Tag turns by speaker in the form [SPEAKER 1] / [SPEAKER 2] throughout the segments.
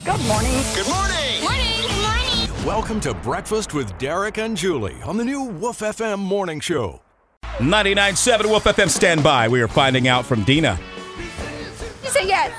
[SPEAKER 1] Good morning.
[SPEAKER 2] Good morning.
[SPEAKER 3] Morning. Good morning.
[SPEAKER 4] Welcome to Breakfast with Derek and Julie on the new Woof FM morning show.
[SPEAKER 5] 99.7 Wolf FM standby. We are finding out from Dina.
[SPEAKER 3] You say yes.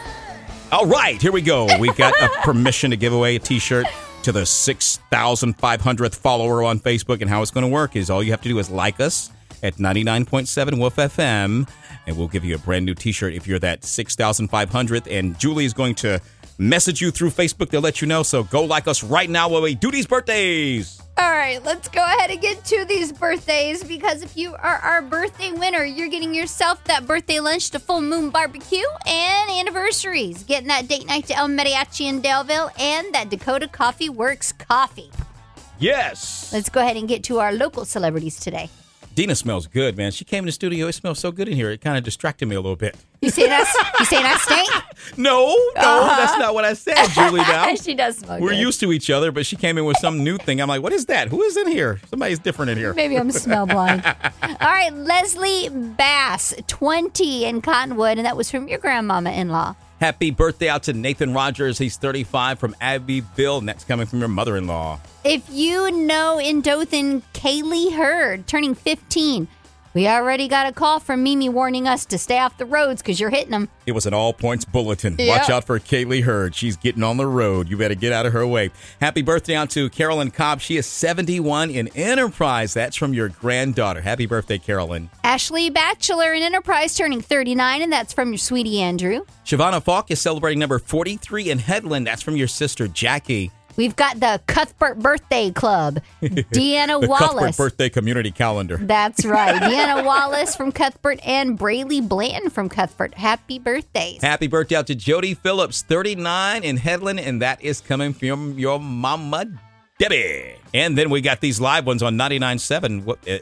[SPEAKER 5] All right, here we go. We got a permission to give away a T-shirt to the 6,500th follower on Facebook, and how it's going to work is all you have to do is like us at 99.7 Wolf FM, and we'll give you a brand new T-shirt if you're that 6,500th. And Julie is going to message you through Facebook to let you know. So go like us right now while we do these birthdays.
[SPEAKER 3] All right, let's go ahead and get to these birthdays because if you are our birthday winner, you're getting yourself that birthday lunch to Full Moon Barbecue and anniversaries. Getting that date night to El Mariachi in Daleville and that Dakota Coffee Works coffee.
[SPEAKER 5] Yes.
[SPEAKER 3] Let's go ahead and get to our local celebrities today.
[SPEAKER 5] Dina smells good, man. She came in the studio. It smells so good in here. It kind of distracted me a little bit.
[SPEAKER 3] You saying I, you saying I stink?
[SPEAKER 5] No, no, that's not what I said, Julie. Now
[SPEAKER 3] Uh-huh. she does smoke.
[SPEAKER 5] we're
[SPEAKER 3] good.
[SPEAKER 5] used to each other, but she came in with some new thing. I'm like, what is that? Who is in here? Somebody's different in here.
[SPEAKER 3] Maybe I'm smell blind. All right, Leslie Bass, 20 in Cottonwood, and that was from your grandmama in law.
[SPEAKER 5] Happy birthday out to Nathan Rogers. He's 35 from Abbeville, and that's coming from your mother-in-law.
[SPEAKER 3] If you know in Dothan, Kaylee Hurd, turning 15, we already got a call from Mimi warning us to stay off the roads because you're hitting them.
[SPEAKER 5] It was an all points bulletin.
[SPEAKER 3] Yeah.
[SPEAKER 5] Watch out for Kaylee Hurd. She's getting on the road. You better get out of her way. Happy birthday out to Carolyn Cobb. She is 71 in Enterprise. That's from your granddaughter. Happy birthday, Carolyn.
[SPEAKER 3] Ashley Bachelor in Enterprise, turning 39, and that's from your sweetie Andrew.
[SPEAKER 5] Shavana Falk is celebrating number 43 in Headland. That's from your sister, Jackie.
[SPEAKER 3] We've got the Cuthbert Birthday Club, Deanna
[SPEAKER 5] The Cuthbert
[SPEAKER 3] Wallace.
[SPEAKER 5] Birthday Community Calendar.
[SPEAKER 3] That's right. Deanna Wallace from Cuthbert and Braley Blanton from Cuthbert. Happy birthdays.
[SPEAKER 5] Happy birthday out to Jody Phillips, 39 in Headland, and that is coming from your mama, Debbie. And then we got these live ones on 99.7. What, uh,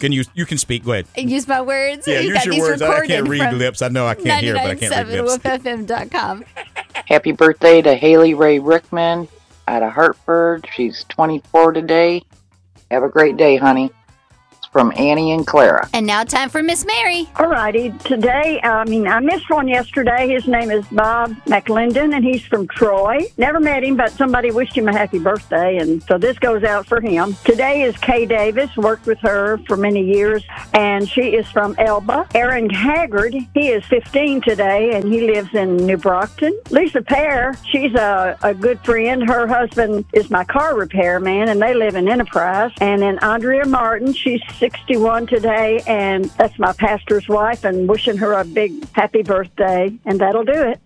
[SPEAKER 5] can you, you can speak. Go ahead.
[SPEAKER 3] I use my words.
[SPEAKER 5] Yeah,
[SPEAKER 3] You
[SPEAKER 5] use
[SPEAKER 3] got
[SPEAKER 5] your
[SPEAKER 3] these
[SPEAKER 5] words. I- I
[SPEAKER 3] recorded
[SPEAKER 5] can't read
[SPEAKER 3] from
[SPEAKER 5] lips. I know I can't hear, but I can't read
[SPEAKER 3] 997
[SPEAKER 5] lips.
[SPEAKER 3] WFM.com.
[SPEAKER 6] Happy birthday to Haley Ray Rickman out of Hartford. She's 24 today. Have a great day, honey. It's from Annie and Clara.
[SPEAKER 3] And now time for Miss Mary.
[SPEAKER 1] All righty. Today, uh, I mean, I missed one yesterday. His name is Bob McLendon, and he's from Troy. Never met him, but somebody wished him a happy birthday, and so this goes out for him. Today is Kay Davis. Worked with her for many years, and she is from Elba. Aaron Haggard, he is 15 today, and he lives in New Brockton. Lisa Pear, she's a, a good friend. Her husband is my car repairman, and they live in Enterprise. And then Andrea Martin, she's 61 today, and that's my pastor's wife, and wishing her a big happy birthday. And that'll do it.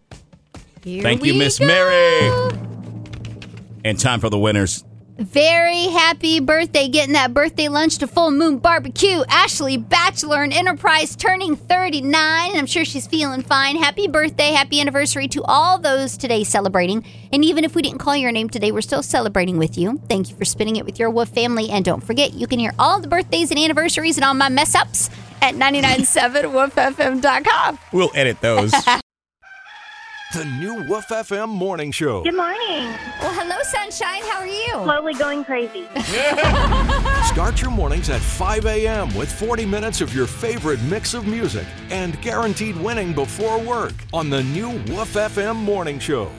[SPEAKER 3] Here
[SPEAKER 5] Thank you,
[SPEAKER 3] we
[SPEAKER 5] Miss
[SPEAKER 3] go.
[SPEAKER 5] Mary. And time for the winners.
[SPEAKER 3] Very happy birthday. Getting that birthday lunch to Full Moon Barbecue. Ashley Bachelor and Enterprise turning 39. And I'm sure she's feeling fine. Happy birthday. Happy anniversary to all those today celebrating. And even if we didn't call your name today, we're still celebrating with you. Thank you for spending it with your Wolf family. And don't forget, you can hear all the birthdays and anniversaries and all my mess ups at 997wolffm.com.
[SPEAKER 5] We'll edit those.
[SPEAKER 4] The new Woof FM morning show.
[SPEAKER 7] Good morning.
[SPEAKER 3] Well, hello, Sunshine. How are you?
[SPEAKER 7] Slowly going crazy.
[SPEAKER 4] Start your mornings at 5 a.m. with 40 minutes of your favorite mix of music and guaranteed winning before work on the new Woof FM morning show.